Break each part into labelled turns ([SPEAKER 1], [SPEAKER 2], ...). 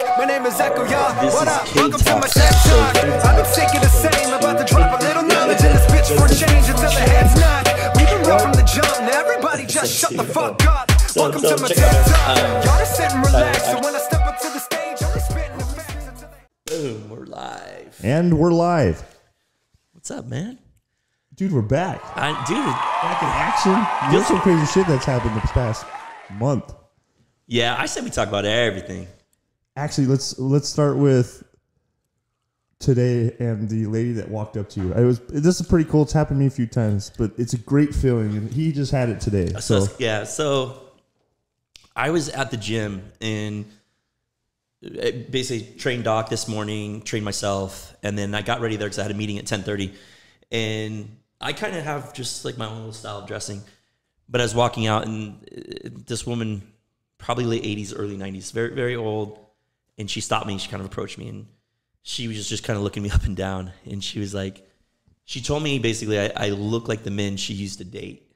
[SPEAKER 1] name is Echo, y'all.
[SPEAKER 2] This
[SPEAKER 1] what
[SPEAKER 2] is
[SPEAKER 1] up?
[SPEAKER 2] K-Talk.
[SPEAKER 1] Welcome to my tech talk. I've been sick of the same. About to drop a little knowledge in this bitch for change until the head's knocked. We've been real from the jump. Now everybody just shut the fuck up.
[SPEAKER 2] So-
[SPEAKER 1] Welcome
[SPEAKER 2] so
[SPEAKER 1] to my
[SPEAKER 2] check
[SPEAKER 1] tech talk.
[SPEAKER 2] out, um,
[SPEAKER 1] Y'all just sit and relax.
[SPEAKER 2] uh,
[SPEAKER 1] And when I step up to the stage, I'm just spitting the facts until they.
[SPEAKER 2] Boom, we're live.
[SPEAKER 3] And we're live.
[SPEAKER 2] What's up, man?
[SPEAKER 3] Dude, we're back.
[SPEAKER 2] I, dude,
[SPEAKER 3] Back in action. There's some crazy shit that's happened this past month.
[SPEAKER 2] yeah, I said we talk about everything.
[SPEAKER 3] Actually, let's let's start with today and the lady that walked up to you. It was this is pretty cool. It's happened to me a few times, but it's a great feeling and he just had it today.
[SPEAKER 2] So,
[SPEAKER 3] So
[SPEAKER 2] yeah, so I was at the gym and I basically trained Doc this morning, trained myself, and then I got ready there because I had a meeting at ten thirty, and I kind of have just like my own little style of dressing. But I was walking out, and uh, this woman, probably late eighties, early nineties, very very old, and she stopped me. She kind of approached me, and she was just just kind of looking me up and down, and she was like, she told me basically I, I look like the men she used to date,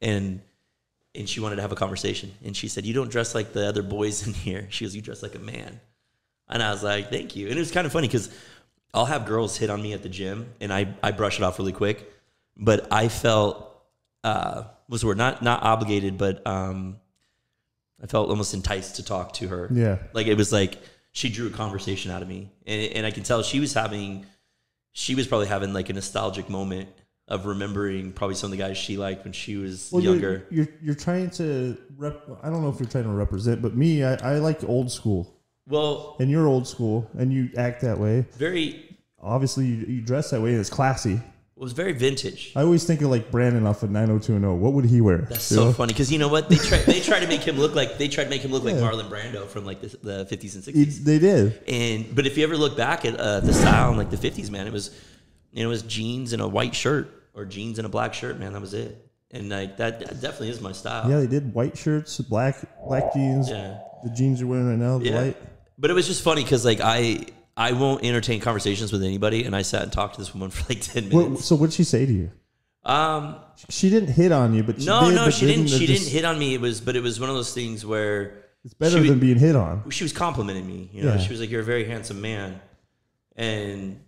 [SPEAKER 2] and and she wanted to have a conversation. And she said, "You don't dress like the other boys in here." She goes, "You dress like a man," and I was like, "Thank you." And it was kind of funny because I'll have girls hit on me at the gym, and I I brush it off really quick, but I felt uh, was we're not not obligated, but um, I felt almost enticed to talk to her.
[SPEAKER 3] Yeah.
[SPEAKER 2] like it was like she drew a conversation out of me, and and I can tell she was having she was probably having like a nostalgic moment of remembering probably some of the guys she liked when she was
[SPEAKER 3] Well, you're-
[SPEAKER 2] younger.
[SPEAKER 3] You're, you're trying to rep I don't know if you're trying to represent, but me, I, I like old school.
[SPEAKER 2] Well,
[SPEAKER 3] And you're old school and you act that way.
[SPEAKER 2] very
[SPEAKER 3] Obviously you, you dress that way and it's classy.
[SPEAKER 2] was very vintage.
[SPEAKER 3] I always think of like Brandon off of 90210. What would he wear?
[SPEAKER 2] That's
[SPEAKER 3] You
[SPEAKER 2] so
[SPEAKER 3] know?
[SPEAKER 2] funny because you know what they try they try to make him look like they tried to make him look like
[SPEAKER 3] Yeah.
[SPEAKER 2] Marlon Brando from like the, the 50s and 60s.
[SPEAKER 3] It- they did.
[SPEAKER 2] And but if you ever look back at uh, the style in like the 50s, man, it was you know it was jeans and a white shirt or jeans and a black shirt, man. That was it. And like that, that definitely is my style.
[SPEAKER 3] Yeah, they did white shirts, black black jeans.
[SPEAKER 2] Yeah.
[SPEAKER 3] The jeans you're wearing right now, the
[SPEAKER 2] Yeah.
[SPEAKER 3] light.
[SPEAKER 2] But it was just funny because like I I won't entertain conversations with anybody, and I sat and talked to this woman for like 10
[SPEAKER 3] What,
[SPEAKER 2] minutes.
[SPEAKER 3] so what'd she say to you?
[SPEAKER 2] Um,
[SPEAKER 3] She didn't hit on you, but she
[SPEAKER 2] no,
[SPEAKER 3] did,
[SPEAKER 2] no,
[SPEAKER 3] but
[SPEAKER 2] she didn't.
[SPEAKER 3] They're
[SPEAKER 2] She
[SPEAKER 3] just-
[SPEAKER 2] didn't hit on me. It was, but it was one of those things where
[SPEAKER 3] It's better
[SPEAKER 2] she
[SPEAKER 3] than
[SPEAKER 2] was-
[SPEAKER 3] being hit on.
[SPEAKER 2] she was complimenting me. You know,
[SPEAKER 3] Yeah.
[SPEAKER 2] she was like, "You're a very handsome man," and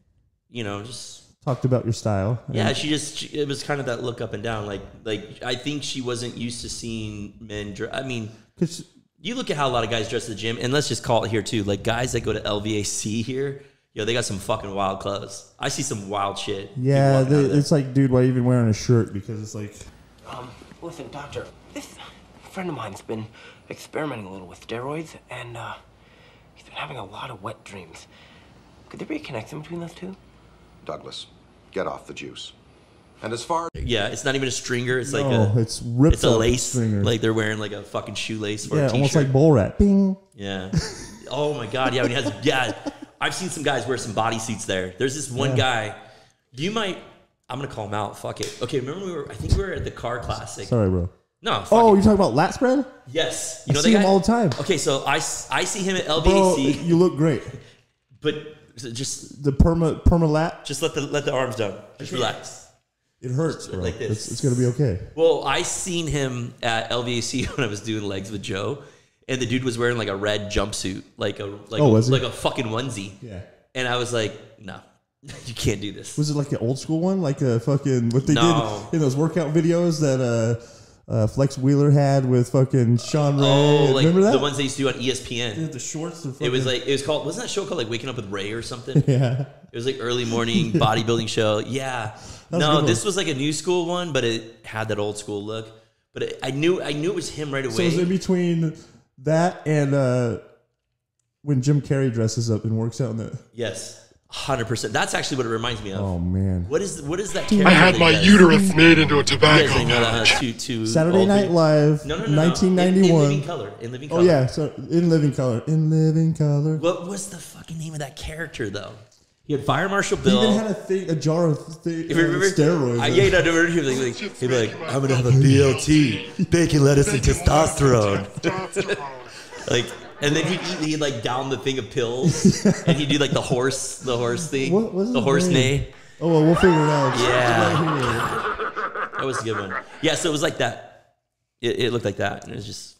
[SPEAKER 2] you know, just
[SPEAKER 3] Talked about your style. and
[SPEAKER 2] yeah, she just she, it was kind of that look up and down. Like, like I think she wasn't used to seeing men. Dr- I mean,
[SPEAKER 3] 'cause
[SPEAKER 2] you look at how a lot of guys dress at the gym, and let's just call it here too. Like guys that go to LVAC here, yo, they got some fucking wild clothes. I see some wild shit. People
[SPEAKER 3] yeah,
[SPEAKER 2] walking out of
[SPEAKER 3] the,
[SPEAKER 2] there.
[SPEAKER 3] it's like, dude, why you even wearing a shirt? Because it's like,
[SPEAKER 4] Um, listen, doctor, this friend of mine's been experimenting a little with steroids, and uh, he's been having a lot of wet dreams. Could there be a connection between those two?
[SPEAKER 5] Douglas, get off the juice. And as far
[SPEAKER 2] yeah, it's not even a stringer. It's like
[SPEAKER 3] oh,
[SPEAKER 2] a
[SPEAKER 3] it's ripped
[SPEAKER 2] it's a
[SPEAKER 3] up
[SPEAKER 2] lace.
[SPEAKER 3] stringer.
[SPEAKER 2] Like they're wearing like a fucking shoelace for
[SPEAKER 3] yeah,
[SPEAKER 2] a t-shirt.
[SPEAKER 3] almost like bull rat. Bing.
[SPEAKER 2] yeah. Oh my god. Yeah. When he has. Yeah. I've seen some guys wear some body suits there. There's this one guy. You might. I'm gonna call him out. Fuck it. Okay. Remember we were. I think we were at the car classic.
[SPEAKER 3] Sorry, bro.
[SPEAKER 2] No. Fuck
[SPEAKER 3] Oh,
[SPEAKER 2] it.
[SPEAKER 3] you're talking about lat spread?
[SPEAKER 2] yes.
[SPEAKER 3] I
[SPEAKER 2] You know that
[SPEAKER 3] see him
[SPEAKER 2] guy?
[SPEAKER 3] all the time.
[SPEAKER 2] Okay. So I s- I see him at
[SPEAKER 3] Bro,
[SPEAKER 2] LBAC,
[SPEAKER 3] you look great.
[SPEAKER 2] but just
[SPEAKER 3] The perma perma lat,
[SPEAKER 2] just let the let the arms down. Just relax.
[SPEAKER 3] it hurts, bro.
[SPEAKER 2] Like this.
[SPEAKER 3] It's, it's gonna be okay.
[SPEAKER 2] Well, I seen him at LVAC when I was doing legs with Joe, and the dude was wearing like a red jumpsuit, like a like
[SPEAKER 3] Oh, was he?
[SPEAKER 2] like a fucking onesie.
[SPEAKER 3] Yeah.
[SPEAKER 2] And I was like, no, you can't do this.
[SPEAKER 3] Was it like an old school one, like a fucking what they
[SPEAKER 2] No.
[SPEAKER 3] did in those workout videos that uh, uh, Flex Wheeler had with fucking Sean Ray?
[SPEAKER 2] oh, like
[SPEAKER 3] Remember that?
[SPEAKER 2] the ones they used to do on E ESPN.
[SPEAKER 3] the shorts.
[SPEAKER 2] It was like it was called wasn't that show called like Waking Up with Ray or something? It
[SPEAKER 3] yeah,
[SPEAKER 2] was like early morning bodybuilding show. Yeah.
[SPEAKER 3] was
[SPEAKER 2] No,
[SPEAKER 3] a good one.
[SPEAKER 2] this was like a new school one, but it had that old school look. But it, I knew I knew it was him right away.
[SPEAKER 3] so it was in between that and uh, when Jim Carrey dresses up and works out in the.
[SPEAKER 2] yes, hundred percent. That's actually what it reminds me of.
[SPEAKER 3] Oh man,
[SPEAKER 2] What is what is that?
[SPEAKER 6] Um, I
[SPEAKER 2] character
[SPEAKER 6] had
[SPEAKER 2] that
[SPEAKER 6] my
[SPEAKER 2] he does?
[SPEAKER 6] uterus made into a
[SPEAKER 2] You
[SPEAKER 6] tobacco
[SPEAKER 2] guys didn't know that,
[SPEAKER 6] pouch.
[SPEAKER 2] huh? Too- too
[SPEAKER 3] Saturday
[SPEAKER 2] old for
[SPEAKER 3] Night
[SPEAKER 2] you.
[SPEAKER 3] Live,
[SPEAKER 2] Oh, No, no, no, no. In, in
[SPEAKER 3] 1991.
[SPEAKER 2] living color. In living
[SPEAKER 3] oh
[SPEAKER 2] color.
[SPEAKER 3] yeah, so in living color, in living color.
[SPEAKER 2] What was the fucking name of that character though? He had Fire Marshal
[SPEAKER 3] He
[SPEAKER 2] Bill.
[SPEAKER 3] even had a thing, a jar of thi-
[SPEAKER 2] If you
[SPEAKER 3] uh,
[SPEAKER 2] remember,
[SPEAKER 3] steroids.
[SPEAKER 2] I, yeah, no, no, no, he was like, like, he'd be like, I'm gonna have a BLT, bacon, lettuce, and testosterone. Like, and then he'd, eat- he'd like down the thing of pills, and he'd do like the horse, the horse thing,
[SPEAKER 3] What was
[SPEAKER 2] the
[SPEAKER 3] his
[SPEAKER 2] horse
[SPEAKER 3] name?
[SPEAKER 2] neigh.
[SPEAKER 3] Oh well, we'll figure it out.
[SPEAKER 2] Yeah.
[SPEAKER 3] Right here.
[SPEAKER 2] That was a good one. Yeah, so it was like that. It, it looked like that, and it was just.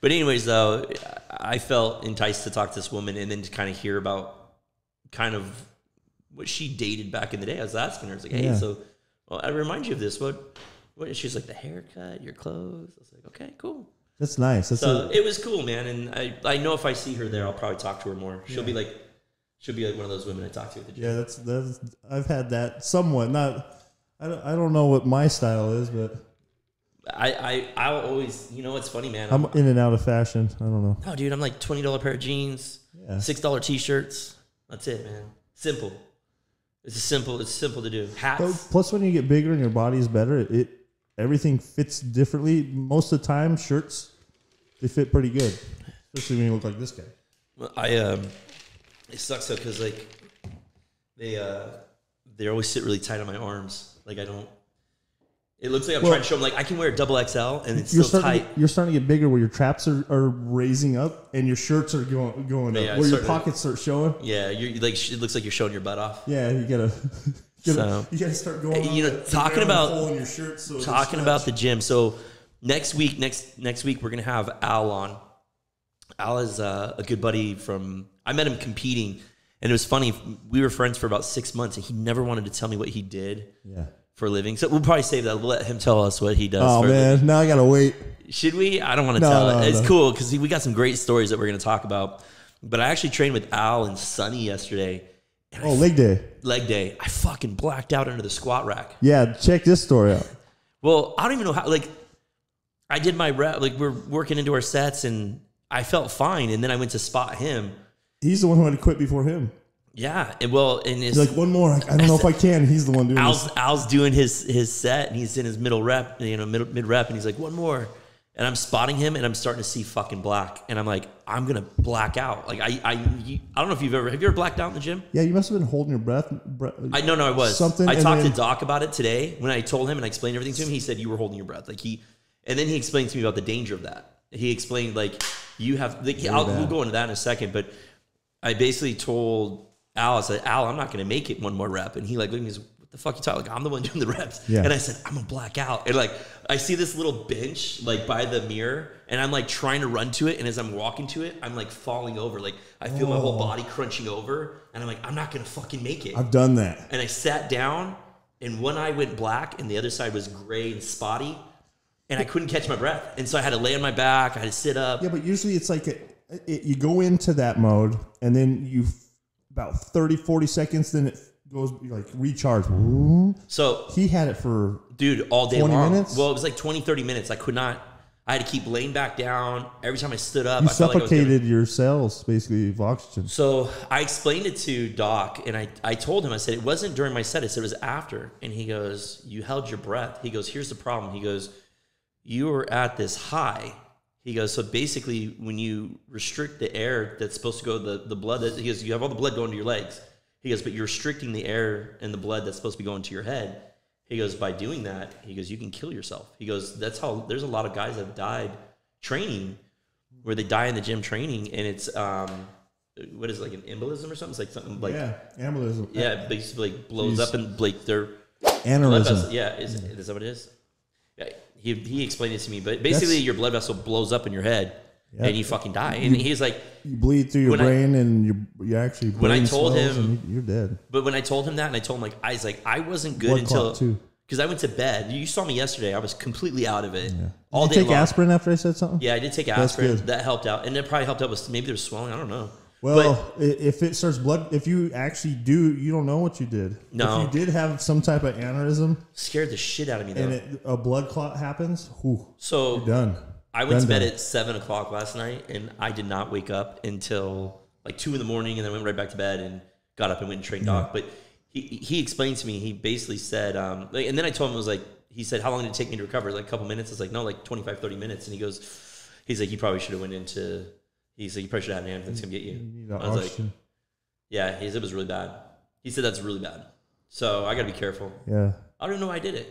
[SPEAKER 2] But anyways, though, I felt enticed to talk to this woman and then to kind of hear about kind of what she dated back in the day. I was asking her, I was like, "Hey,
[SPEAKER 3] Yeah.
[SPEAKER 2] so well, I remind you of this. What? What?" She's like, "The haircut, your clothes." I was like, "Okay, cool."
[SPEAKER 3] That's nice. That's
[SPEAKER 2] So
[SPEAKER 3] a,
[SPEAKER 2] it was cool, man. And I, I know if I see her there, I'll probably talk to her more. She'll be like, she'll be like one of those women I talk to at the gym.
[SPEAKER 3] yeah. That's that's. I've had that somewhat. Not. I don't, I don't know what my style is, but
[SPEAKER 2] I, I, I'll always, you know, what's funny, man.
[SPEAKER 3] I'm
[SPEAKER 2] I'm,
[SPEAKER 3] in and out of fashion. I don't know.
[SPEAKER 2] no, Oh, dude, I'm like twenty dollar pair of jeans,
[SPEAKER 3] Yeah.
[SPEAKER 2] six dollar t shirts. That's it, man. Simple. It's a simple. It's simple to do. Hats.
[SPEAKER 3] But plus, when you get bigger and your body's better, it everything fits differently. Most of the time, shirts they fit pretty good, especially when you look like this guy.
[SPEAKER 2] Well, I um, it sucks though because like they uh they always sit really tight on my arms. Like I don't. It looks like I'm
[SPEAKER 3] Well-
[SPEAKER 2] trying to show them like I can wear a double XL and it's
[SPEAKER 3] You're
[SPEAKER 2] still
[SPEAKER 3] starting,
[SPEAKER 2] tight.
[SPEAKER 3] you're starting to get bigger where your traps are, are raising up and your shirts are going going
[SPEAKER 2] Yeah,
[SPEAKER 3] up,
[SPEAKER 2] it's
[SPEAKER 3] where your
[SPEAKER 2] starting to-
[SPEAKER 3] pockets start showing.
[SPEAKER 2] Yeah, you're like sh- it looks like you're showing your butt off.
[SPEAKER 3] Yeah, you gotta, you gotta,
[SPEAKER 2] So-
[SPEAKER 3] you gotta start going.
[SPEAKER 2] You know,
[SPEAKER 3] out and
[SPEAKER 2] talking
[SPEAKER 3] grabbing a
[SPEAKER 2] about-
[SPEAKER 3] hole in your shirt so it
[SPEAKER 2] Talking
[SPEAKER 3] stretch.
[SPEAKER 2] about the gym, so next week, next next week we're gonna have Al on. Al is uh, a good buddy from. I met him competing, and it was funny. We were friends for about six months, and he never wanted to tell me what he did
[SPEAKER 3] yeah.
[SPEAKER 2] for a living. So we'll probably save that. We'll let him tell us what he does.
[SPEAKER 3] Oh
[SPEAKER 2] for a living.
[SPEAKER 3] man, now I gotta wait.
[SPEAKER 2] Should we? I don't want to
[SPEAKER 3] No,
[SPEAKER 2] tell.
[SPEAKER 3] no,
[SPEAKER 2] it. It's
[SPEAKER 3] no.
[SPEAKER 2] cool because we got some great stories that we're going to talk about. But I actually trained with Al and Sunny yesterday,
[SPEAKER 3] Oh, leg day.
[SPEAKER 2] leg day. I fucking blacked out under the squat rack.
[SPEAKER 3] Yeah, check this story out.
[SPEAKER 2] Well, I don't even know how. Like, I did my rep. Like, we're working into our sets, and I felt fine. And then I went to spot him.
[SPEAKER 3] He's the one who had to quit before him.
[SPEAKER 2] Yeah. And well, and it's
[SPEAKER 3] He's like, one more. I I don't know if I can. He's the one doing this.
[SPEAKER 2] Al's Al's doing his his set, and he's in his middle rep, you know, middle, mid rep, and he's like, one more. And I'm spotting him, and I'm starting to see fucking black, and I'm like, I'm gonna black out. Like I I you- I don't know if you've ever have you ever blacked out in the gym?
[SPEAKER 3] Yeah, you must have been holding your breath. bre-
[SPEAKER 2] I no no I was.
[SPEAKER 3] Something
[SPEAKER 2] I
[SPEAKER 3] and
[SPEAKER 2] talked
[SPEAKER 3] then-
[SPEAKER 2] to Doc about it today when I told him and I explained everything to him. He said you were holding your breath, like he, and then he explained to me about the danger of that. He explained like you have. Like, I'll, we'll
[SPEAKER 3] bad.
[SPEAKER 2] go into that in a second, but I basically told Al, I said, Al, I'm not going to make it one more rep. And he like, looked at me, he's like, what the fuck you talking? Like, I'm the one doing the reps.
[SPEAKER 3] Yeah.
[SPEAKER 2] And I said, I'm going to black out. And like, I see this little bench like by the mirror and I'm like trying to run to it. And as I'm walking to it, I'm like falling over. Like I feel my
[SPEAKER 3] Oh.
[SPEAKER 2] whole body crunching over and I'm like, I'm not going to fucking make it.
[SPEAKER 3] I've done that.
[SPEAKER 2] and I sat down and one eye went black and the other side was gray and spotty and I couldn't catch my breath. And so I had to lay on my back. I had to sit up.
[SPEAKER 3] Yeah, but usually it's like a, it, you go into that mode and then you f- about 30, 40 seconds, then it goes you like recharge. Ooh.
[SPEAKER 2] So
[SPEAKER 3] He had it for
[SPEAKER 2] dude all day
[SPEAKER 3] 20
[SPEAKER 2] long
[SPEAKER 3] minutes?
[SPEAKER 2] well it was like 20 30 minutes i could not i had to keep laying back down every time i stood up
[SPEAKER 3] you
[SPEAKER 2] i felt like I was
[SPEAKER 3] suffocated your cells basically of oxygen.
[SPEAKER 2] so I explained it to Doc, and I, I told him, I said, it wasn't during my set, I said it was after. And he goes, You held your breath. He goes, Here's the problem. He goes, You were at this high. He goes, So basically, when you restrict the air that's supposed to go, the, the blood, that, he goes, You have all the blood going to your legs. He goes, But you're restricting the air and the blood that's supposed to be going to your head. He goes, By doing that, he goes, You can kill yourself. He goes, That's how there's a lot of guys that have died training where they die in the gym training and it's um what is it, like an embolism or something it's like something like yeah,
[SPEAKER 3] yeah, embolism.
[SPEAKER 2] it basically like blows
[SPEAKER 3] Jeez.
[SPEAKER 2] up and like their blood vessel
[SPEAKER 3] Aneurysm.
[SPEAKER 2] yeah is, is that what it is yeah, he, he explained it to me but basically your blood vessel blows up in your head
[SPEAKER 3] Yeah. Mm-hmm.
[SPEAKER 2] and you fucking die and he's like
[SPEAKER 3] You bleed through your
[SPEAKER 2] When I-
[SPEAKER 3] brain and you, you actually
[SPEAKER 2] When I
[SPEAKER 3] brain
[SPEAKER 2] told
[SPEAKER 3] swells
[SPEAKER 2] him-
[SPEAKER 3] and you- you're dead.
[SPEAKER 2] but when I told him that and I told him like I was like I wasn't good
[SPEAKER 3] Blood
[SPEAKER 2] until
[SPEAKER 3] clot, too.
[SPEAKER 2] because I went to bed you saw me yesterday I was completely out of it all
[SPEAKER 3] Did
[SPEAKER 2] day
[SPEAKER 3] you take
[SPEAKER 2] long.
[SPEAKER 3] aspirin after I said something?
[SPEAKER 2] yeah I did take aspirin
[SPEAKER 3] good.
[SPEAKER 2] that helped out and it probably helped out with maybe there was swelling I don't know But-
[SPEAKER 3] Well, i if it starts blood, if you actually do, you don't know what you did.
[SPEAKER 2] No.
[SPEAKER 3] If you did have some type of aneurysm
[SPEAKER 2] scared the shit out of me though.
[SPEAKER 3] and it, a blood clot happens, whew,
[SPEAKER 2] so
[SPEAKER 3] you're done.
[SPEAKER 2] I went to
[SPEAKER 3] Done,
[SPEAKER 2] bed
[SPEAKER 3] done.
[SPEAKER 2] at seven o'clock last night, and I did not wake up until like two in the morning, and then went right back to bed and got up and went and trained Doc. But he he explained to me, he basically said, um, like, and then I told him it was like he said, how long did it take me to recover? Like a couple minutes. It's like no, like 25, 30 minutes. And he goes, he's like, you probably should have went into. He's like, you probably should have had an ambulance come get you.
[SPEAKER 3] You know,
[SPEAKER 2] I was like,
[SPEAKER 3] oxygen.
[SPEAKER 2] yeah, he said it was really bad. He said that's really bad. So I got to be careful.
[SPEAKER 3] yeah.
[SPEAKER 2] I don't even know why I did it.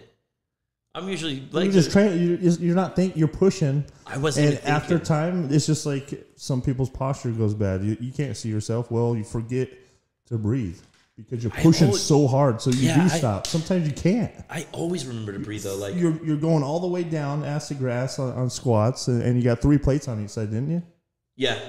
[SPEAKER 2] I'm usually like
[SPEAKER 3] you're just trying. You're, just- you're not think. You're pushing.
[SPEAKER 2] I wasn't
[SPEAKER 3] And
[SPEAKER 2] even
[SPEAKER 3] after
[SPEAKER 2] thinking.
[SPEAKER 3] time, it's just like some people's posture goes bad. You, you can't see yourself. Well, you forget to breathe. because you're
[SPEAKER 2] I
[SPEAKER 3] pushing
[SPEAKER 2] always-
[SPEAKER 3] so hard. So you
[SPEAKER 2] Yeah,
[SPEAKER 3] do
[SPEAKER 2] I-
[SPEAKER 3] stop. Sometimes you can't.
[SPEAKER 2] I always remember to breathe though. Like
[SPEAKER 3] You're you're going all the way down ass to grass on, on squats, and, and you got three plates on each side, didn't you?
[SPEAKER 2] yeah,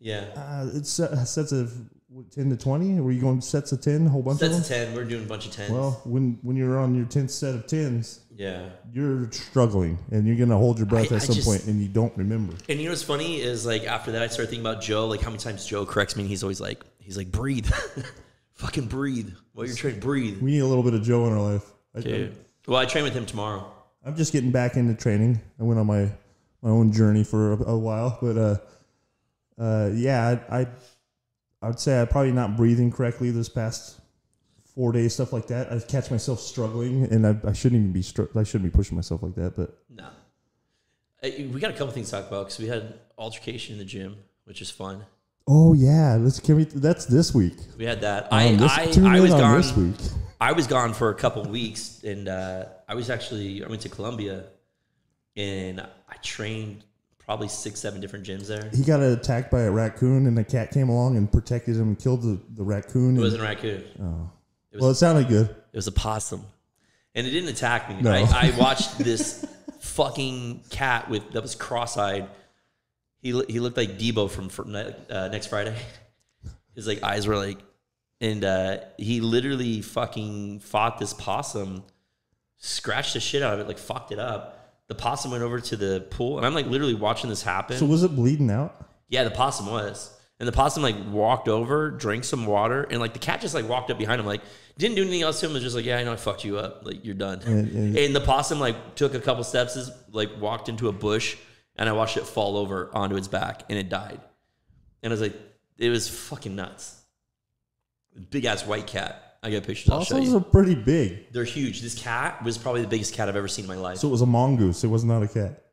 [SPEAKER 2] yeah.
[SPEAKER 3] Uh, it's uh, sets of what, ten to twenty. Were you going sets of ten, a whole bunch
[SPEAKER 2] That's
[SPEAKER 3] of
[SPEAKER 2] a
[SPEAKER 3] them?
[SPEAKER 2] ten. We're doing a bunch of tens.
[SPEAKER 3] Well, when when you're on your tenth set of tens,
[SPEAKER 2] yeah.
[SPEAKER 3] you're struggling, and you're gonna hold your breath
[SPEAKER 2] I-
[SPEAKER 3] at
[SPEAKER 2] I
[SPEAKER 3] some
[SPEAKER 2] just-
[SPEAKER 3] point and you don't remember.
[SPEAKER 2] And you know what's funny is like after that I started thinking about Joe, like how many times Joe corrects me and he's always like he's like breathe. Fucking breathe. While you're training, breathe.
[SPEAKER 3] We need a little bit of Joe in our life. I,
[SPEAKER 2] Dude. Well, I train with him tomorrow.
[SPEAKER 3] I'm just getting back into training. I went on my my own journey for a, a while, but uh, uh, yeah, I, I I'd say I'm probably not breathing correctly this past four days, stuff like that. I catch myself struggling, and I, I shouldn't even be str- I shouldn't be pushing myself like that. But
[SPEAKER 2] No. I- We got a couple things to talk about because we had an altercation in the gym, which is fun.
[SPEAKER 3] oh yeah, let's can we? That's this week.
[SPEAKER 2] We had that. I,
[SPEAKER 3] Um, this-
[SPEAKER 2] I,
[SPEAKER 3] tune
[SPEAKER 2] I
[SPEAKER 3] in
[SPEAKER 2] was
[SPEAKER 3] on
[SPEAKER 2] gone.
[SPEAKER 3] this week.
[SPEAKER 2] I was gone for a couple weeks, and uh, I was actually I went to Columbia, and I trained probably six, seven different gyms there.
[SPEAKER 3] He got attacked by a raccoon, and a cat came along and protected him and killed the, the raccoon.
[SPEAKER 2] It
[SPEAKER 3] and-
[SPEAKER 2] wasn't a raccoon.
[SPEAKER 3] well, it sounded good.
[SPEAKER 2] It was a possum, and it didn't attack me.
[SPEAKER 3] No.
[SPEAKER 2] I, I watched this fucking cat with that was cross-eyed. He loo- he looked like Debo from Fr- Ne- uh, next Friday. His like eyes were like, and uh, he literally fucking fought this possum, scratched the shit out of it, like fucked it up. The possum went over to the pool, and I'm like literally watching this happen.
[SPEAKER 3] So was it bleeding out?
[SPEAKER 2] Yeah, the possum was. And the possum like walked over, drank some water, and like the cat just like walked up behind him, like didn't do anything else to him. Was just like, yeah, I know I fucked you up. Like you're done.
[SPEAKER 3] And- and-
[SPEAKER 2] And, the possum like took a couple steps, is like walked into a bush, and I watched it fall over onto its back, and it died. And I was like, it was fucking nuts. Big ass white cat. I got pictures. I'll show
[SPEAKER 3] Possums
[SPEAKER 2] you.
[SPEAKER 3] are pretty big.
[SPEAKER 2] They're huge. This cat was probably the biggest cat I've ever seen in my life.
[SPEAKER 3] So it was a mongoose. It was not a cat.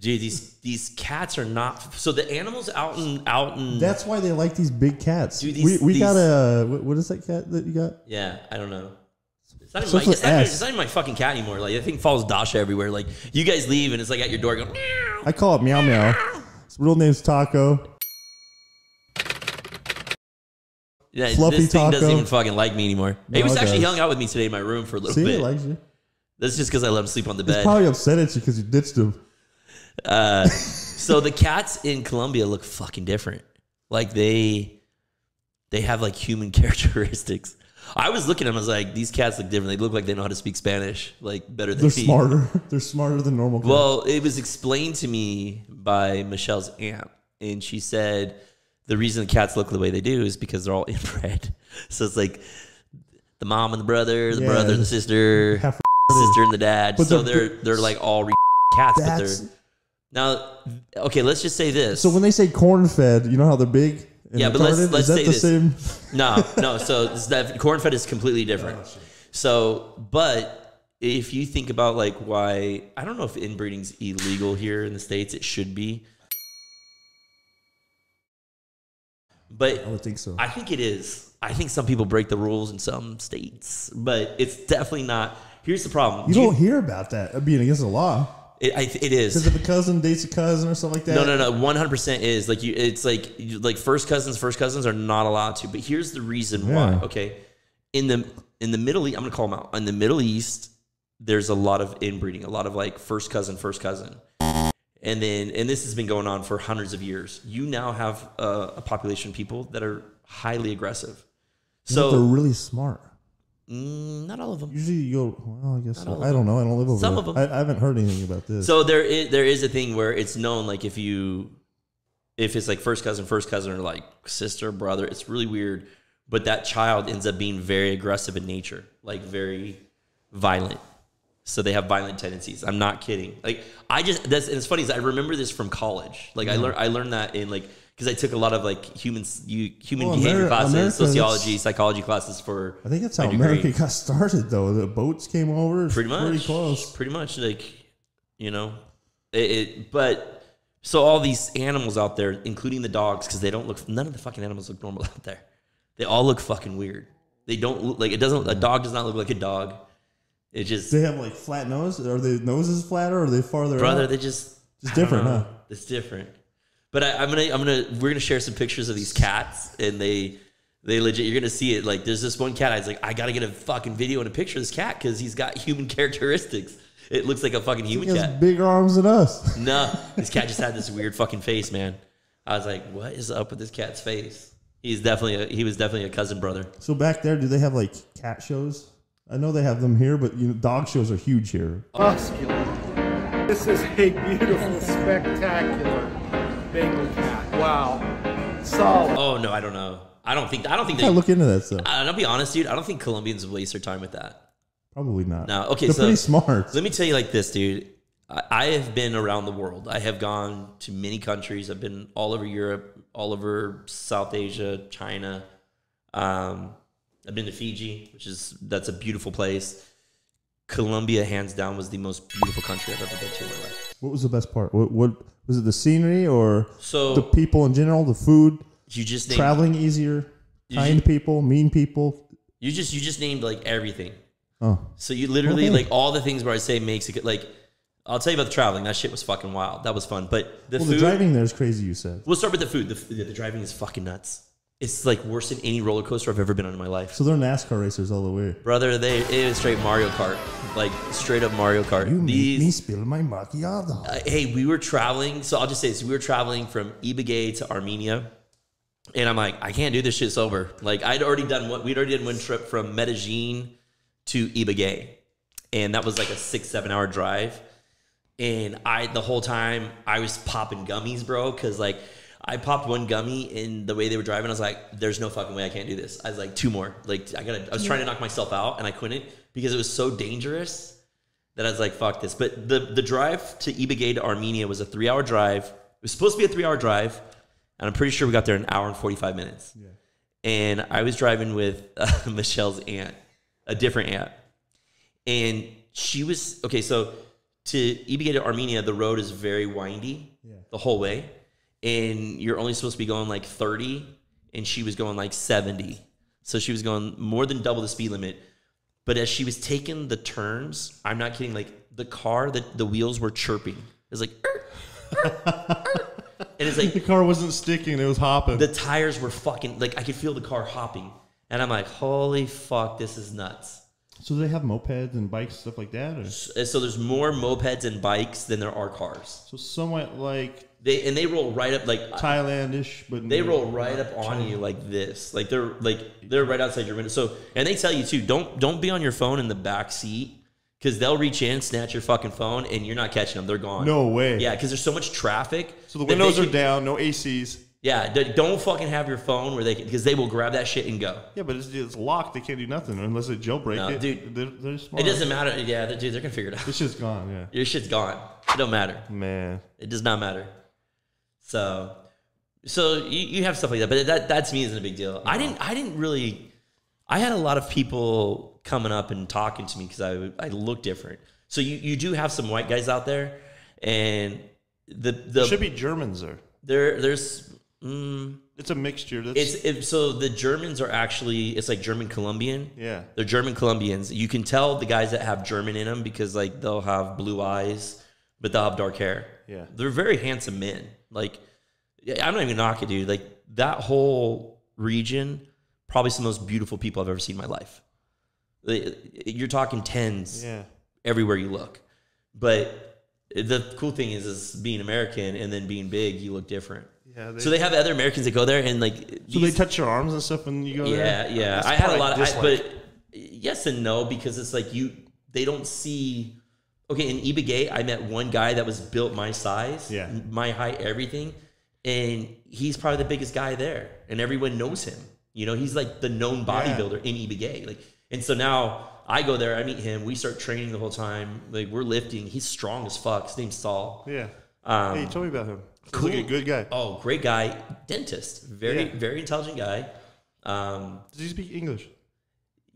[SPEAKER 2] Dude, these these cats are not. So the animals out and out and
[SPEAKER 3] That's why they like these big cats.
[SPEAKER 2] Dude,
[SPEAKER 3] we
[SPEAKER 2] these-
[SPEAKER 3] we got
[SPEAKER 2] these-
[SPEAKER 3] a what, what is that cat that you got?
[SPEAKER 2] Yeah, I don't know. It's not, even
[SPEAKER 3] So
[SPEAKER 2] my,
[SPEAKER 3] it's an
[SPEAKER 2] it's, not even,
[SPEAKER 3] S.
[SPEAKER 2] it's not even my fucking cat anymore. Like, that thing follows Dasha everywhere. Like, you guys leave and it's like at your door going,
[SPEAKER 3] I call it meow meow. His real name's Taco.
[SPEAKER 2] yeah,
[SPEAKER 3] Fluffy
[SPEAKER 2] this thing doesn't
[SPEAKER 3] taco.
[SPEAKER 2] even fucking like me anymore.
[SPEAKER 3] No,
[SPEAKER 2] he was
[SPEAKER 3] it
[SPEAKER 2] actually
[SPEAKER 3] does.
[SPEAKER 2] hung out with me today in my room for a little
[SPEAKER 3] See,
[SPEAKER 2] bit.
[SPEAKER 3] it likes you.
[SPEAKER 2] That's just because I let him sleep on the
[SPEAKER 3] He's
[SPEAKER 2] bed.
[SPEAKER 3] probably upset at you because you ditched him.
[SPEAKER 2] so the cats in Colombia look fucking different. Like they they have like human characteristics. I was looking at them, I was like, these cats look different. They look like they know how to speak Spanish, like better than
[SPEAKER 3] They're
[SPEAKER 2] me.
[SPEAKER 3] smarter. They're smarter than normal. cats.
[SPEAKER 2] Well, it was explained to me by Michelle's aunt, and she said the reason the cats look the way they do is because they're all inbred. So it's like the mom and the brother, the
[SPEAKER 3] Yeah,
[SPEAKER 2] brother and the sister,
[SPEAKER 3] half
[SPEAKER 2] the sister and the dad.
[SPEAKER 3] But
[SPEAKER 2] so
[SPEAKER 3] they're-
[SPEAKER 2] they're they're like all re- cats, but
[SPEAKER 3] That's-
[SPEAKER 2] they're now okay. Let's just say this.
[SPEAKER 3] so when they say corn fed, you know how they're big. And
[SPEAKER 2] Yeah, but let's-
[SPEAKER 3] retarded?
[SPEAKER 2] let's
[SPEAKER 3] is that
[SPEAKER 2] say
[SPEAKER 3] the
[SPEAKER 2] this.
[SPEAKER 3] same?
[SPEAKER 2] No, no. So it's that corn fed is completely different.
[SPEAKER 3] Oh,
[SPEAKER 2] so, but if you think about like why, I don't know if inbreeding's illegal here in the states. It should be, but
[SPEAKER 3] I would think so.
[SPEAKER 2] I think it is. I think some people break the rules in some states, but it's definitely not. Here's the problem.
[SPEAKER 3] you
[SPEAKER 2] Do
[SPEAKER 3] don't hear about that uh, being against the law
[SPEAKER 2] It, I, it
[SPEAKER 3] because
[SPEAKER 2] is.
[SPEAKER 3] if a cousin dates a cousin or something like that.
[SPEAKER 2] No, no, no. One hundred percent is like you. It's like you- like first cousins. First cousins are not allowed to. But here's the reason
[SPEAKER 3] Yeah.
[SPEAKER 2] why. Okay, in the in the Middle East, I'm gonna call them out. In the Middle East, there's a lot of inbreeding. A lot of like first cousin, first cousin, and then and this has been going on for hundreds of years. You now have a, a population of people that are highly aggressive.
[SPEAKER 3] But they're
[SPEAKER 2] So
[SPEAKER 3] really smart.
[SPEAKER 2] mm, not all of them.
[SPEAKER 3] Usually you go. Well, I guess
[SPEAKER 2] all
[SPEAKER 3] so.
[SPEAKER 2] of
[SPEAKER 3] I don't know. I don't live over
[SPEAKER 2] Some
[SPEAKER 3] there.
[SPEAKER 2] of 'em.
[SPEAKER 3] I, I haven't heard anything about this.
[SPEAKER 2] So there is there is a thing where it's known like if you if it's like first cousin, first cousin, or like sister, brother, it's really weird. But that child ends up being very aggressive in nature, like very violent. So they have violent tendencies. I'm not kidding. Like I just that's and it's funny is I remember this from college. Like I learned I learned that in like because I took a lot of like human you, human
[SPEAKER 3] Well,
[SPEAKER 2] behavior
[SPEAKER 3] Ameri-
[SPEAKER 2] classes,
[SPEAKER 3] America, that's-
[SPEAKER 2] sociology, psychology classes for.
[SPEAKER 3] I think that's
[SPEAKER 2] my
[SPEAKER 3] how
[SPEAKER 2] degree.
[SPEAKER 3] America got started, though. The boats came over. It's
[SPEAKER 2] pretty much
[SPEAKER 3] Pretty close.
[SPEAKER 2] pretty much like you know it, it but so all these animals out there including the dogs because they don't look none of the fucking animals look normal out there they all look fucking weird they don't look like it doesn't a dog does not look like a dog it just
[SPEAKER 3] They have like flat nose. Are their noses flatter? Or are they farther?
[SPEAKER 2] brother
[SPEAKER 3] out?
[SPEAKER 2] they just
[SPEAKER 3] It's
[SPEAKER 2] I don't
[SPEAKER 3] different,
[SPEAKER 2] know.
[SPEAKER 3] huh?
[SPEAKER 2] it's different but I, i'm gonna i'm gonna we're gonna share some pictures of these cats and they They legit, you're gonna see it. Like, there's this one cat. I was like, I gotta get a fucking video and a picture of this cat because he's got human characteristics. It looks like a fucking
[SPEAKER 3] He
[SPEAKER 2] human
[SPEAKER 3] has
[SPEAKER 2] cat.
[SPEAKER 3] big arms than us.
[SPEAKER 2] No, this cat just had this weird fucking face, man. I was like, what is up with this cat's face? He's definitely a, he was definitely a cousin brother.
[SPEAKER 3] So back there, do they have like cat shows? I know they have them here, but you know, dog shows are huge here.
[SPEAKER 6] This is a beautiful, spectacular Bengal cat. Wow. Solid.
[SPEAKER 2] Oh no, I don't know. I don't think I don't think they.
[SPEAKER 3] I look into that stuff.
[SPEAKER 2] I'll be honest, dude. I don't think Colombians would waste their time with that.
[SPEAKER 3] Probably not.
[SPEAKER 2] No, okay,
[SPEAKER 3] They're
[SPEAKER 2] so-
[SPEAKER 3] pretty smart.
[SPEAKER 2] Let me tell you like this, dude. I, I have been around the world. I have gone to many countries. I've been all over Europe, all over South Asia, China. Um, I've been to Fiji, which is that's a beautiful place. Colombia, hands down, was the most beautiful country I've ever been to in my life.
[SPEAKER 3] What was the best part? What, what was it? The scenery or
[SPEAKER 2] So-
[SPEAKER 3] the people in general? The food,
[SPEAKER 2] You just named,
[SPEAKER 3] traveling easier,
[SPEAKER 2] You
[SPEAKER 3] kind
[SPEAKER 2] ju-
[SPEAKER 3] people, mean people.
[SPEAKER 2] You just you just named like everything.
[SPEAKER 3] Oh,
[SPEAKER 2] So you literally
[SPEAKER 3] Okay.
[SPEAKER 2] like all the things where I say makes it good. Like I'll tell you about the traveling. That shit was fucking wild. That was fun. But the
[SPEAKER 3] well,
[SPEAKER 2] food.
[SPEAKER 3] the driving there is crazy. You said
[SPEAKER 2] We'll start with the food. The, f- the, the driving is fucking nuts. It's like worse than any roller coaster I've ever been on in my life.
[SPEAKER 3] so. They're NASCAR racers all the way.
[SPEAKER 2] Brother, they it is straight Mario Kart, like straight up Mario Kart.
[SPEAKER 3] You
[SPEAKER 2] These,
[SPEAKER 3] make me spill my macchiato.
[SPEAKER 2] uh, hey, we were traveling. So I'll just say this: we were traveling from Ibigay to Armenia, and I'm like, I can't do this shit sober. Like I'd already done one. We'd already done one trip from Medellin to Ibigay, and that was like a six seven hour drive. And I the whole time I was popping gummies, bro, because like. I popped one gummy and the way they were driving, I was like, there's no fucking way I can't do this. I was like, two more. Like, I gotta, I was trying to knock myself out and I couldn't because it was so dangerous that I was like, fuck this. But the, the drive to Ibigay to Armenia was a three hour drive. It was supposed to be a three hour drive. And I'm pretty sure we got there in an hour and 45 minutes. And I was driving with uh, Michelle's aunt, a different aunt. And she was, okay, so to Ibigay to Armenia, the road is very windy the whole way. And you're only supposed to be going like 30. And she was going like 70. So she was going more than double the speed limit but as she was taking the turns, I'm not kidding. Like the car, that the wheels were chirping. It's like, "Er, er, er." and it's like
[SPEAKER 7] car wasn't sticking; it was hopping.
[SPEAKER 2] the tires were fucking. Like I could feel the car hopping, and I'm like, holy fuck, this is nuts.
[SPEAKER 3] So they have mopeds and bikes stuff like that. Or?
[SPEAKER 2] And so there's more mopeds and bikes than there are cars.
[SPEAKER 7] so somewhat like
[SPEAKER 2] They and they roll right up like
[SPEAKER 7] Thailandish, but
[SPEAKER 2] they roll right up on you like this. Like they're like they're right outside your window. So and they tell you too, don't don't be on your phone in the back seat. Cause they'll reach in, snatch your fucking phone, and you're not catching them. They're gone.
[SPEAKER 7] No way.
[SPEAKER 2] Yeah, because there's so much traffic.
[SPEAKER 7] So the
[SPEAKER 2] that they
[SPEAKER 7] windows are
[SPEAKER 2] can-
[SPEAKER 7] down, no ACs.
[SPEAKER 2] Yeah, d- don't fucking have your phone where they can, because they will grab that shit and go.
[SPEAKER 7] Yeah, but it's, it's locked. They can't do nothing unless they jailbreak
[SPEAKER 2] No,
[SPEAKER 7] it.
[SPEAKER 2] dude.
[SPEAKER 7] they're, they're smart.
[SPEAKER 2] It doesn't matter. Yeah, they- dude, they're gonna figure it out.
[SPEAKER 7] It's just gone. Yeah,
[SPEAKER 2] Your shit's gone. It don't matter.
[SPEAKER 7] man.
[SPEAKER 2] It does not matter. So, so you, you have stuff like that, but that that to me isn't a big deal. I didn't I didn't really. I had a lot of people coming up and talking to me because I I look different. So you you do have some white guys out there, and the the
[SPEAKER 7] There should be Germans there.
[SPEAKER 2] there there's. Mm,
[SPEAKER 7] It's a mixture. That's,
[SPEAKER 2] It's it, so the Germans are actually it's like German Colombian.
[SPEAKER 7] yeah.
[SPEAKER 2] They're German Colombians. You can tell the guys that have German in them because like they'll have blue eyes, but they'll have dark hair.
[SPEAKER 7] Yeah.
[SPEAKER 2] they're very handsome men. Like yeah, I'm not even knocking dude. Like that whole region, probably some of the most beautiful people I've ever seen in my life. They- You're talking tens
[SPEAKER 7] Yeah.
[SPEAKER 2] everywhere you look. But the cool thing is, is being American and then being big, you look different.
[SPEAKER 7] Yeah, they-
[SPEAKER 2] so they have other Americans that go there and like.
[SPEAKER 7] So they touch your arms and stuff, and you go.
[SPEAKER 2] yeah,
[SPEAKER 7] there?
[SPEAKER 2] yeah.
[SPEAKER 7] That's
[SPEAKER 2] I had a
[SPEAKER 7] probably
[SPEAKER 2] lot of, I,
[SPEAKER 7] dislike.
[SPEAKER 2] but yes and no because it's like you they don't see. Okay, in Ibigay, I met one guy that was built my size,
[SPEAKER 7] Yeah.
[SPEAKER 2] my height, everything, and he's probably the biggest guy there, and everyone knows him. You know, he's like the known bodybuilder in Ibigay. Like, and so now I go there, I meet him, we start training the whole time, like we're lifting. He's strong as fuck. His name's Saul.
[SPEAKER 7] yeah.
[SPEAKER 2] Um,
[SPEAKER 7] hey, you told me about him. Cool. Like a good guy.
[SPEAKER 2] Oh, great guy, dentist, very
[SPEAKER 7] Yeah.
[SPEAKER 2] very intelligent guy. Um,
[SPEAKER 7] Does he speak English?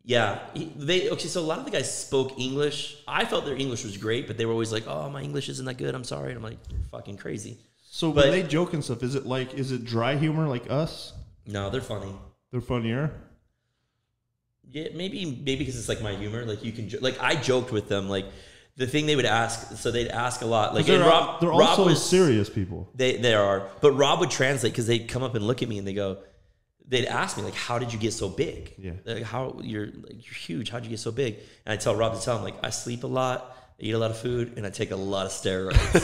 [SPEAKER 2] yeah, he- they okay. So a lot of the guys spoke English. I felt their English was great, but they were always like, "Oh, my English isn't that good. I'm sorry." And I'm like, "You're fucking crazy."
[SPEAKER 7] So
[SPEAKER 2] But-
[SPEAKER 7] when they joke and stuff, is it like is it dry humor like us?
[SPEAKER 2] No, they're funny.
[SPEAKER 7] They're funnier.
[SPEAKER 2] Yeah, maybe maybe because it's like my humor. Like you can jo- like I joked with them. Like the thing they would ask, so they'd ask a lot. Like
[SPEAKER 7] they're
[SPEAKER 2] and
[SPEAKER 7] al-
[SPEAKER 2] Rob,
[SPEAKER 7] they're
[SPEAKER 2] Rob
[SPEAKER 7] also
[SPEAKER 2] was
[SPEAKER 7] serious people.
[SPEAKER 2] They they are, but Rob would translate because they'd come up and look at me and they go, they'd ask me like, "How did you get so big?
[SPEAKER 3] Yeah.
[SPEAKER 2] like, how you're like you're huge. How'd you get so big?" And I tell Rob to tell him like, "I sleep a lot, I eat a lot of food, and I take a lot of steroids."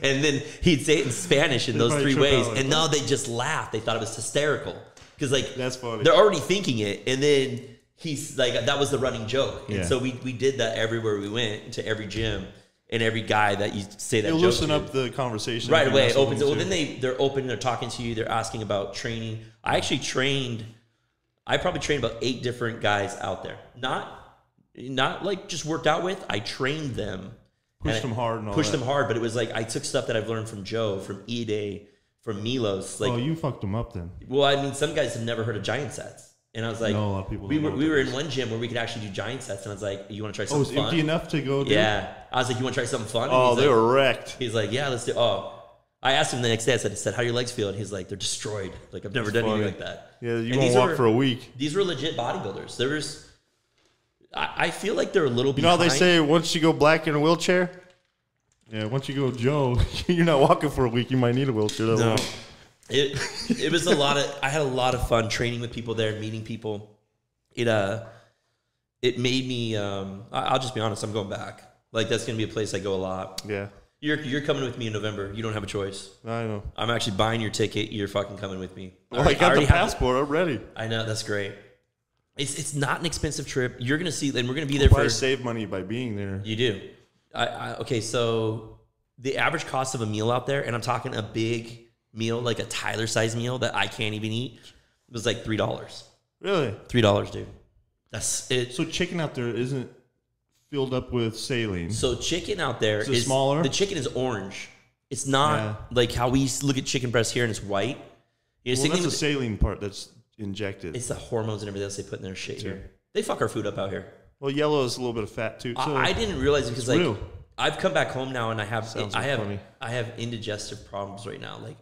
[SPEAKER 2] and then he'd say it in Spanish in those
[SPEAKER 3] probably
[SPEAKER 2] three
[SPEAKER 3] trip
[SPEAKER 2] ways,
[SPEAKER 3] out, like,
[SPEAKER 2] and now they just laughed. They thought it was hysterical because like
[SPEAKER 3] That's funny.
[SPEAKER 2] They're already thinking it, and then he's like, "That was the running joke." And
[SPEAKER 3] Yeah.
[SPEAKER 2] so we we did that everywhere we went to every gym. And every guy that you say that
[SPEAKER 3] It'll
[SPEAKER 2] joke
[SPEAKER 3] loosen
[SPEAKER 2] to.
[SPEAKER 3] up the conversation
[SPEAKER 2] right
[SPEAKER 3] if you
[SPEAKER 2] away.
[SPEAKER 3] ask
[SPEAKER 2] It opens.
[SPEAKER 3] them
[SPEAKER 2] it. Well, then
[SPEAKER 3] to.
[SPEAKER 2] they they're open. They're talking to you. They're asking about training. I actually trained. I probably trained about eight different guys out there. Not not like just worked out with. I trained them.
[SPEAKER 3] Pushed
[SPEAKER 2] I
[SPEAKER 3] them hard and all
[SPEAKER 2] pushed
[SPEAKER 3] that.
[SPEAKER 2] them hard, but it was like I took stuff that I've learned from Joe, from E Day, from Milos. Like
[SPEAKER 3] oh, you fucked them up then.
[SPEAKER 2] well, I mean, some guys have never heard of giant sets. And I was like,
[SPEAKER 3] No, a lot of people
[SPEAKER 2] we
[SPEAKER 3] don't
[SPEAKER 2] were,
[SPEAKER 3] know
[SPEAKER 2] we
[SPEAKER 3] what
[SPEAKER 2] were
[SPEAKER 3] that
[SPEAKER 2] in
[SPEAKER 3] is.
[SPEAKER 2] one gym where we could actually do giant sets. And I was like, you want to try
[SPEAKER 3] Oh, it was
[SPEAKER 2] something fun?
[SPEAKER 3] empty enough to go. Dude?
[SPEAKER 2] Yeah. I was like, you want to try something fun? And
[SPEAKER 3] Oh,
[SPEAKER 2] he's
[SPEAKER 3] they
[SPEAKER 2] like-
[SPEAKER 3] were wrecked.
[SPEAKER 2] He's like, yeah, let's do. Oh, I asked him the next day. I said, I said, how do your legs feel? And he's like, they're destroyed. Like I've never done
[SPEAKER 3] funny.
[SPEAKER 2] anything like that.
[SPEAKER 3] Yeah, you
[SPEAKER 2] And
[SPEAKER 3] won't
[SPEAKER 2] these
[SPEAKER 3] walk
[SPEAKER 2] are-
[SPEAKER 3] for a week.
[SPEAKER 2] These were legit bodybuilders. There was, I, I feel like they're a little.
[SPEAKER 3] You know how they
[SPEAKER 2] behind.
[SPEAKER 3] say once you go black in a wheelchair? Yeah, once you go Joe, you're not walking for a week. You might need a wheelchair. that
[SPEAKER 2] No.
[SPEAKER 3] week.
[SPEAKER 2] It it was a lot of I had a lot of fun training with people there, meeting people. It uh it made me um I, I'll just be honest, I'm going back. Like that's gonna be a place I go a lot.
[SPEAKER 3] Yeah,
[SPEAKER 2] You're you're coming with me in November. You don't have a choice.
[SPEAKER 3] I know.
[SPEAKER 2] I'm actually buying your ticket, you're fucking coming with me.
[SPEAKER 3] Well, Oh, I got the
[SPEAKER 2] already have-
[SPEAKER 3] passport. I'm ready.
[SPEAKER 2] I know, that's great. It's it's not an expensive trip. You're gonna see and we're gonna be there
[SPEAKER 3] Probably
[SPEAKER 2] for
[SPEAKER 3] save money by being there.
[SPEAKER 2] you do. I, I okay, so the average cost of a meal out there, and I'm talking a big meal, like a Tyler sized meal that I can't even eat, was like three dollars.
[SPEAKER 3] Really?
[SPEAKER 2] Three dollars, dude. That's it.
[SPEAKER 3] So chicken out there isn't filled up with saline.
[SPEAKER 2] So chicken out there
[SPEAKER 3] Is it smaller?
[SPEAKER 2] The chicken is orange. It's not
[SPEAKER 3] Yeah.
[SPEAKER 2] like how we look at chicken breast here and it's white. You know,
[SPEAKER 3] well,
[SPEAKER 2] same
[SPEAKER 3] that's
[SPEAKER 2] thing
[SPEAKER 3] the
[SPEAKER 2] with-
[SPEAKER 3] saline part that's injected.
[SPEAKER 2] it's the hormones and everything else they put in their shit here. They fuck our food up out here.
[SPEAKER 3] well, yellow is a little bit of fat too. So
[SPEAKER 2] I, I didn't realize because like
[SPEAKER 3] real.
[SPEAKER 2] I've come back home now and I have
[SPEAKER 3] Sounds
[SPEAKER 2] I have
[SPEAKER 3] funny.
[SPEAKER 2] I have indigestive problems right now. Like,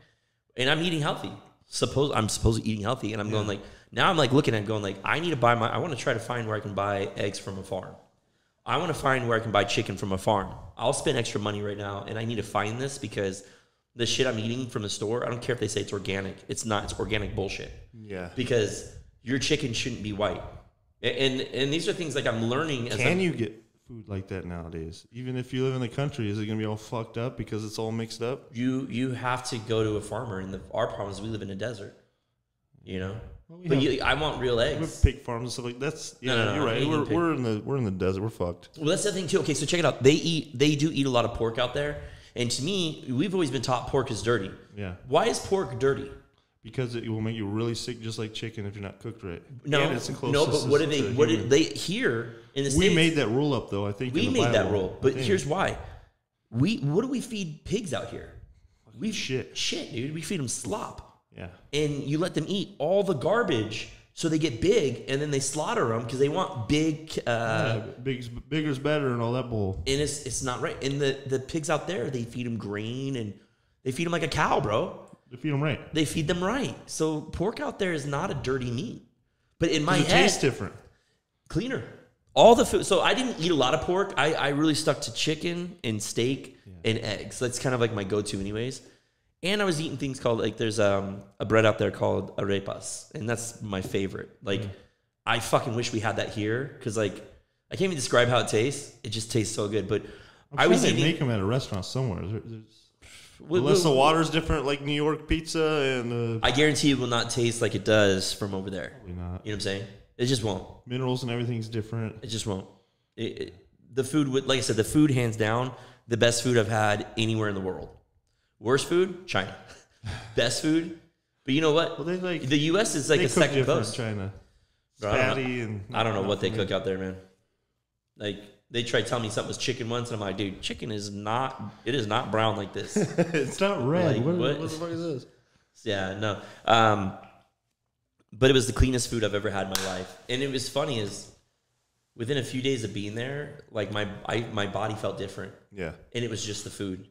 [SPEAKER 2] and I'm eating healthy. Suppose I'm supposed to eating healthy, and I'm going like now I'm like looking at it going like I need to buy my I want to try to find where I can buy eggs from a farm. I want to find where I can buy chicken from a farm. I'll spend extra money right now, and I need to find this because the shit I'm eating from the store, I don't care if they say it's organic. It's not. It's organic bullshit
[SPEAKER 3] yeah.
[SPEAKER 2] because your chicken shouldn't be white. And and, and these are things like I'm learning. as I'm,
[SPEAKER 3] Can you get food like that nowadays? Even if you live in the country, is it going to be all fucked up because it's all mixed up?
[SPEAKER 2] you you have to go to a farmer and the, our problem is we live in a desert you know
[SPEAKER 3] we
[SPEAKER 2] but
[SPEAKER 3] have-
[SPEAKER 2] you, i want real
[SPEAKER 3] We
[SPEAKER 2] eggs
[SPEAKER 3] have pig farms and stuff like that's. Yeah,
[SPEAKER 2] no, no,
[SPEAKER 3] you're
[SPEAKER 2] I
[SPEAKER 3] right.
[SPEAKER 2] mean,
[SPEAKER 3] We're,
[SPEAKER 2] pig-
[SPEAKER 3] we're in the we're in the desert. We're fucked.
[SPEAKER 2] well that's the thing too okay so check it out they eat they do eat a lot of pork out there and to me we've always been taught pork is dirty
[SPEAKER 3] Yeah.
[SPEAKER 2] why is pork dirty
[SPEAKER 3] because it will make you really sick, just like chicken if you're not cooked right.
[SPEAKER 2] no
[SPEAKER 3] And it's the
[SPEAKER 2] no but
[SPEAKER 3] closest
[SPEAKER 2] what did
[SPEAKER 3] to
[SPEAKER 2] they what
[SPEAKER 3] human.
[SPEAKER 2] did they here in the
[SPEAKER 3] We
[SPEAKER 2] States-
[SPEAKER 3] made that rule up though. I think
[SPEAKER 2] we
[SPEAKER 3] in the
[SPEAKER 2] made that
[SPEAKER 3] Bible.
[SPEAKER 2] rule but
[SPEAKER 3] I think.
[SPEAKER 2] here's why we what do we feed pigs out here we
[SPEAKER 3] shit.
[SPEAKER 2] shit dude we feed them slop
[SPEAKER 3] yeah,
[SPEAKER 2] and you let them eat all the garbage so they get big and then they slaughter them because they want big uh,
[SPEAKER 3] yeah big's, bigger's better and all that bull.
[SPEAKER 2] and it's it's not right and the the pigs out there they feed them grain and they feed them like a cow bro
[SPEAKER 3] They feed them right.
[SPEAKER 2] they feed them right so pork out there is not a dirty meat but in my
[SPEAKER 3] Does it
[SPEAKER 2] head
[SPEAKER 3] tastes different.
[SPEAKER 2] cleaner all the food so i didn't eat a lot of pork i, I really stuck to chicken and steak and eggs that's kind of like my go-to anyways and i was eating things called like there's um, a bread out there called arepas and that's my favorite like i fucking wish we had that here because like i can't even describe how it tastes it just tastes so good but i
[SPEAKER 3] i
[SPEAKER 2] was
[SPEAKER 3] they
[SPEAKER 2] eating
[SPEAKER 3] make them at a restaurant somewhere. There- there's-
[SPEAKER 2] w-
[SPEAKER 3] unless the
[SPEAKER 2] w-
[SPEAKER 3] water's different, like New York pizza and uh,
[SPEAKER 2] i guarantee it will not taste like it does from over there you
[SPEAKER 3] probably not.
[SPEAKER 2] know what i'm saying it just won't
[SPEAKER 3] minerals and everything's different.
[SPEAKER 2] It just won't. It, it, the food would, like I said, the food hands down, the best food I've had anywhere in the world. Worst food, China. best food, but you know what?
[SPEAKER 3] Well, they like
[SPEAKER 2] the U.S. is like
[SPEAKER 3] they
[SPEAKER 2] a
[SPEAKER 3] cook
[SPEAKER 2] second
[SPEAKER 3] different
[SPEAKER 2] coast.
[SPEAKER 3] in China.
[SPEAKER 2] Bro, I don't know-
[SPEAKER 3] Fatty and
[SPEAKER 2] I don't know
[SPEAKER 3] not
[SPEAKER 2] what they
[SPEAKER 3] for me.
[SPEAKER 2] cook out there, man. Like they tried telling me something was chicken once, and I'm like, dude, chicken is not. It is not brown like this.
[SPEAKER 3] it's not red.
[SPEAKER 2] Like,
[SPEAKER 3] what,
[SPEAKER 2] what?
[SPEAKER 3] what? the fuck is this?
[SPEAKER 2] Yeah, no. Um, but it was the cleanest food I've ever had in my life, and it was funny is within a few days of being there, like my I, my body felt different,
[SPEAKER 3] Yeah.
[SPEAKER 2] and it was just the food.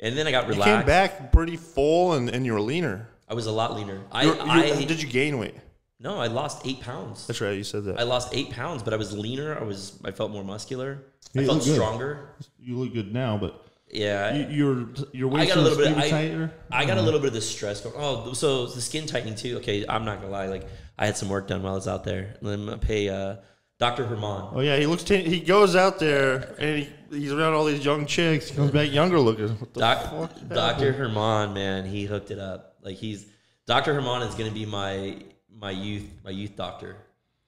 [SPEAKER 2] And then I got
[SPEAKER 3] You
[SPEAKER 2] relaxed.
[SPEAKER 3] came back pretty full and, and you were leaner.
[SPEAKER 2] I was a lot leaner. I,
[SPEAKER 3] You're- you're-
[SPEAKER 2] I
[SPEAKER 3] did you gain weight?
[SPEAKER 2] no, I lost eight pounds.
[SPEAKER 3] That's right. You said that.
[SPEAKER 2] I lost eight pounds, but I was leaner. I was I felt more muscular.
[SPEAKER 3] Yeah,
[SPEAKER 2] I
[SPEAKER 3] you
[SPEAKER 2] felt
[SPEAKER 3] look good.
[SPEAKER 2] stronger.
[SPEAKER 3] you look good now, but
[SPEAKER 2] Yeah.
[SPEAKER 3] You, your your
[SPEAKER 2] I
[SPEAKER 3] waist
[SPEAKER 2] got a
[SPEAKER 3] is
[SPEAKER 2] little bit.
[SPEAKER 3] even
[SPEAKER 2] I,
[SPEAKER 3] tighter. Uh-huh.
[SPEAKER 2] I got a little bit of the stress. Going, oh, so the skin tightening too. Okay, I'm not gonna lie. Like I had some work done while I was out there. Let me pay uh, Doctor Herman.
[SPEAKER 3] Oh yeah, he looks. T- he goes out there and he, he's around all these young chicks. He comes back younger looking. What the
[SPEAKER 2] Doc,
[SPEAKER 3] fuck?
[SPEAKER 2] Doctor Herman, man, he hooked it up. Like he's Doctor Herman is gonna be my my youth my youth doctor.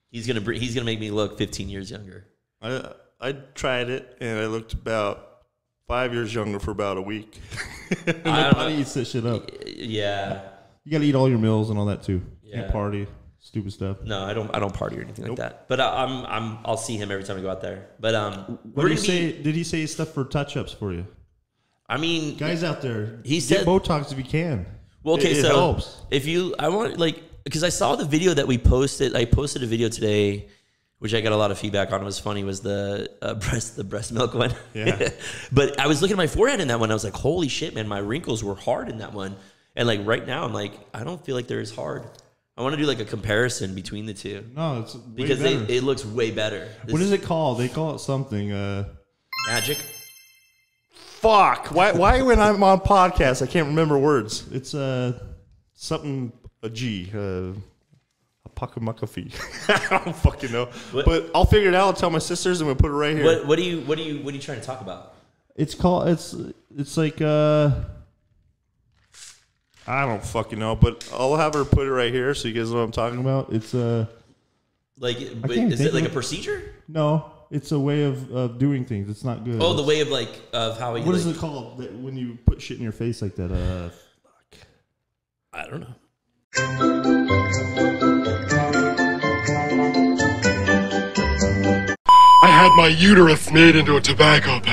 [SPEAKER 2] He's gonna br- he's gonna make me look 15 years younger.
[SPEAKER 3] I I tried it and I looked about five years younger for about a week.
[SPEAKER 2] I
[SPEAKER 3] My
[SPEAKER 2] don't
[SPEAKER 3] body
[SPEAKER 2] know.
[SPEAKER 3] eats that shit up.
[SPEAKER 2] Yeah.
[SPEAKER 3] You gotta eat all your meals and all that too. Yeah.
[SPEAKER 2] Yeah.
[SPEAKER 3] Can't party, stupid stuff.
[SPEAKER 2] No, I don't. I don't party or anything like that. But I, I'm, I'm, I'll see him every time I go out there. But um,
[SPEAKER 3] What
[SPEAKER 2] we're
[SPEAKER 3] did he
[SPEAKER 2] gonna
[SPEAKER 3] say?
[SPEAKER 2] be.
[SPEAKER 3] Did he say stuff for touch ups for you,
[SPEAKER 2] I mean,
[SPEAKER 3] guys out there?
[SPEAKER 2] He
[SPEAKER 3] get
[SPEAKER 2] said-
[SPEAKER 3] Botox if you can.
[SPEAKER 2] Well, okay,
[SPEAKER 3] It- it
[SPEAKER 2] so
[SPEAKER 3] helps.
[SPEAKER 2] if you, I want like because I saw the video that we posted. I posted a video today, which I got a lot of feedback on. It was funny. Was the uh, breast the breast milk one?
[SPEAKER 3] Yeah.
[SPEAKER 2] but I was looking at my forehead in that one. I was like, holy shit, man, my wrinkles were hard in that one. And like right now, I'm like, I don't feel like they're as hard. I want to do like a comparison between the two
[SPEAKER 3] No, it's way
[SPEAKER 2] because they,
[SPEAKER 3] better.
[SPEAKER 2] it looks way better. This
[SPEAKER 3] what is it called? They call it something. Uh,
[SPEAKER 2] Magic.
[SPEAKER 3] Fuck! Why? Why when I'm on podcasts, I can't remember words. It's uh something a G. Uh, a puckamuckafee. I don't fucking know.
[SPEAKER 2] What-
[SPEAKER 3] But I'll figure it out. I'll tell my sisters, and we'll put it right here.
[SPEAKER 2] What what do you what do you what are you trying to talk about?
[SPEAKER 3] It's called. It's it's like. uh I don't fucking know, but I'll have her put it right here so you guys know what I'm talking about. It's uh
[SPEAKER 2] Like, but
[SPEAKER 3] can't
[SPEAKER 2] is it
[SPEAKER 3] think of
[SPEAKER 2] like a
[SPEAKER 3] it.
[SPEAKER 2] procedure?
[SPEAKER 3] no, it's a way of, of doing things. It's not good.
[SPEAKER 2] Oh, the way of like of how you
[SPEAKER 3] What
[SPEAKER 2] like,
[SPEAKER 3] is it called that when you put shit in your face like that? Uh,
[SPEAKER 2] I don't know.
[SPEAKER 8] I had my uterus made into a tobacco pouch.